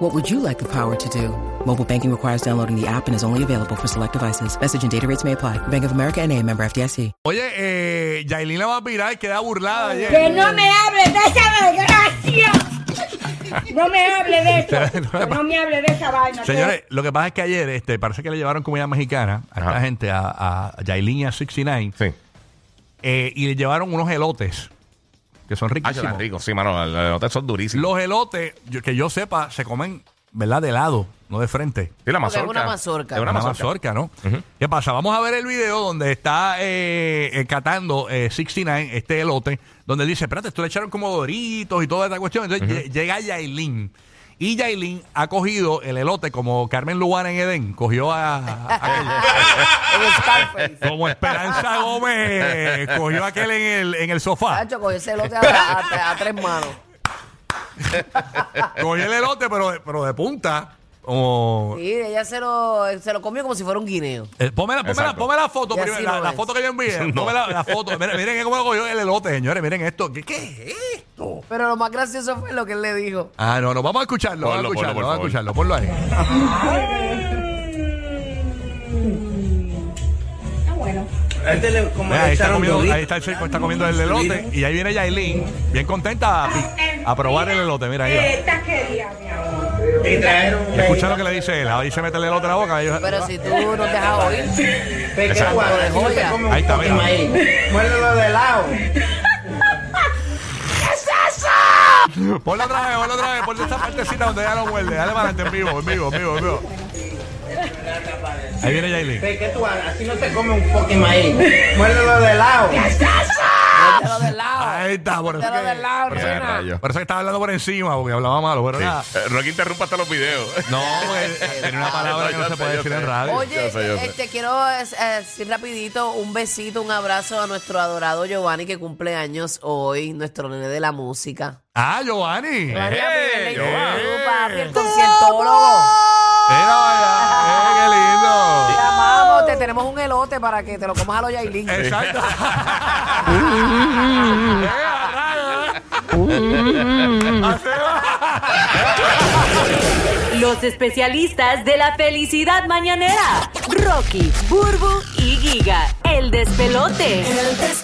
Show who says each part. Speaker 1: What would you like the power to do? Mobile banking requires downloading the app and is only available for select devices. Message and data rates may apply. Bank of America and a member FDIC.
Speaker 2: Oye, eh, Yailin la vampira queda burlada ayer.
Speaker 3: Que no me hable de esa desgracia. No me hable de eso. Que No me hable de esa vaina. que-
Speaker 2: Señores, lo que pasa es que ayer este, parece que le llevaron comida mexicana a esta
Speaker 4: Ajá.
Speaker 2: gente, a, a Yailin y a 69,
Speaker 4: Sí.
Speaker 2: eh, y le llevaron unos elotes, que son
Speaker 4: Ah, yo
Speaker 2: riquísimos.
Speaker 4: las rico, sí, mano. Los elotes son durísimos.
Speaker 2: Los elotes, yo- que yo sepa, se comen, ¿verdad? De lado, no de frente.
Speaker 4: Sí, la
Speaker 5: Porque es
Speaker 4: mazorca.
Speaker 5: una mazorca.
Speaker 4: Es una
Speaker 2: Una mazorca,
Speaker 4: mazorca.
Speaker 2: ¿no? ¿Qué pasa? Vamos a ver el video donde está eh, eh, catando eh, 69 este elote, donde él dice, espérate, esto le echaron como doritos y toda esta cuestión. Entonces lle- llega Yailin. Y Yailin ha cogido el elote como Carmen Lubana en Edén, cogió a, a- a-
Speaker 5: El Scarface.
Speaker 2: como Esperanza Gómez, cogió a aquel en el, en el sofá.
Speaker 5: Chacho, cogió ese lote a, a- a tres manos.
Speaker 2: Cogió el elote, pero, de- pero de punta. Como,
Speaker 5: Sí, ella se lo, se lo comió como si fuera un guineo.
Speaker 2: Eh, ponme, la, ponme la-
Speaker 4: Exacto.
Speaker 2: ponme la foto,
Speaker 5: Y
Speaker 2: primero,
Speaker 5: así
Speaker 2: la,
Speaker 5: lo
Speaker 2: la
Speaker 5: ves.
Speaker 2: foto que yo envié.
Speaker 4: No.
Speaker 2: Ponme la, la foto. Miren, miren cómo cogió el elote, señores. Miren esto. ¿Qué, qué es esto?
Speaker 5: Pero lo más gracioso fue lo que él le dijo.
Speaker 2: Ah, no, no. Vamos a escucharlo.
Speaker 4: Ponlo,
Speaker 2: vamos a escucharlo.
Speaker 4: ponlo,
Speaker 2: vamos a
Speaker 4: por
Speaker 2: escucharlo. Ponlo ahí.
Speaker 6: Este le, como
Speaker 2: Mira,
Speaker 6: le
Speaker 2: ahí, está
Speaker 6: echaron
Speaker 2: comiendo,
Speaker 6: Doritos.
Speaker 2: ahí está el chico, está comiendo el elote. Y ahí viene Yailin, bien contenta a, pi- a probar el elote. Mira ahí. va.
Speaker 3: Esta quería, mi amor.
Speaker 6: Y trajeron
Speaker 2: Y escucha lo que le dice él. Ahí se mete el elote en la boca. ellos-
Speaker 5: Pero si tú no te dejas oír,
Speaker 6: pequeño
Speaker 5: Exacto.
Speaker 6: guarda, si no te
Speaker 5: Joya.
Speaker 6: come un
Speaker 2: Ahí está,
Speaker 6: fucking
Speaker 2: mira.
Speaker 6: maíz. Muérdelo de lado.
Speaker 2: Ponlo otra vez, ponlo otra vez. Ponle esta partecita donde ya lo muerde. Dale para adelante en vivo, en vivo, en vivo, en vivo. Ahí viene Yailin.
Speaker 6: Ve que tú hagas, así no te come un fucking maíz. Muérdelo de lado.
Speaker 5: te lo del lado.
Speaker 2: Ahí está, por eso
Speaker 5: Te lo del
Speaker 2: que...
Speaker 5: lado,
Speaker 4: Ya,
Speaker 5: nena.
Speaker 4: rayo.
Speaker 2: Parece que estaba hablando por encima porque hablaba malo, pero
Speaker 4: Sí.
Speaker 2: nada.
Speaker 4: Eh, Rocky interrumpa hasta los videos.
Speaker 2: No, porque tiene una palabra que no
Speaker 4: Yo
Speaker 2: se
Speaker 4: sé,
Speaker 2: puede
Speaker 4: yo
Speaker 2: decir
Speaker 4: sé.
Speaker 2: en radio.
Speaker 4: Yo sé, yo
Speaker 5: Oye,
Speaker 4: sé.
Speaker 5: este, quiero eh, decir rapidito un besito, un abrazo a nuestro adorado Giovanni que cumple años hoy, nuestro nene de la música.
Speaker 2: Ah, Giovanni.
Speaker 5: Giovanni,
Speaker 2: Eh,
Speaker 5: Gabriel,
Speaker 2: Giovanni.
Speaker 5: tú, papi, el conciertólogo.
Speaker 2: Mira, vaya. Eh,
Speaker 5: Te amamos, te tenemos un elote para que te lo comas a los Yailin.
Speaker 2: qué lindo. Exacto. Eh, a rayos. Así va.
Speaker 7: Los especialistas de la felicidad mañanera. Rocky, Burbu y Giga. El despelote. El despelote.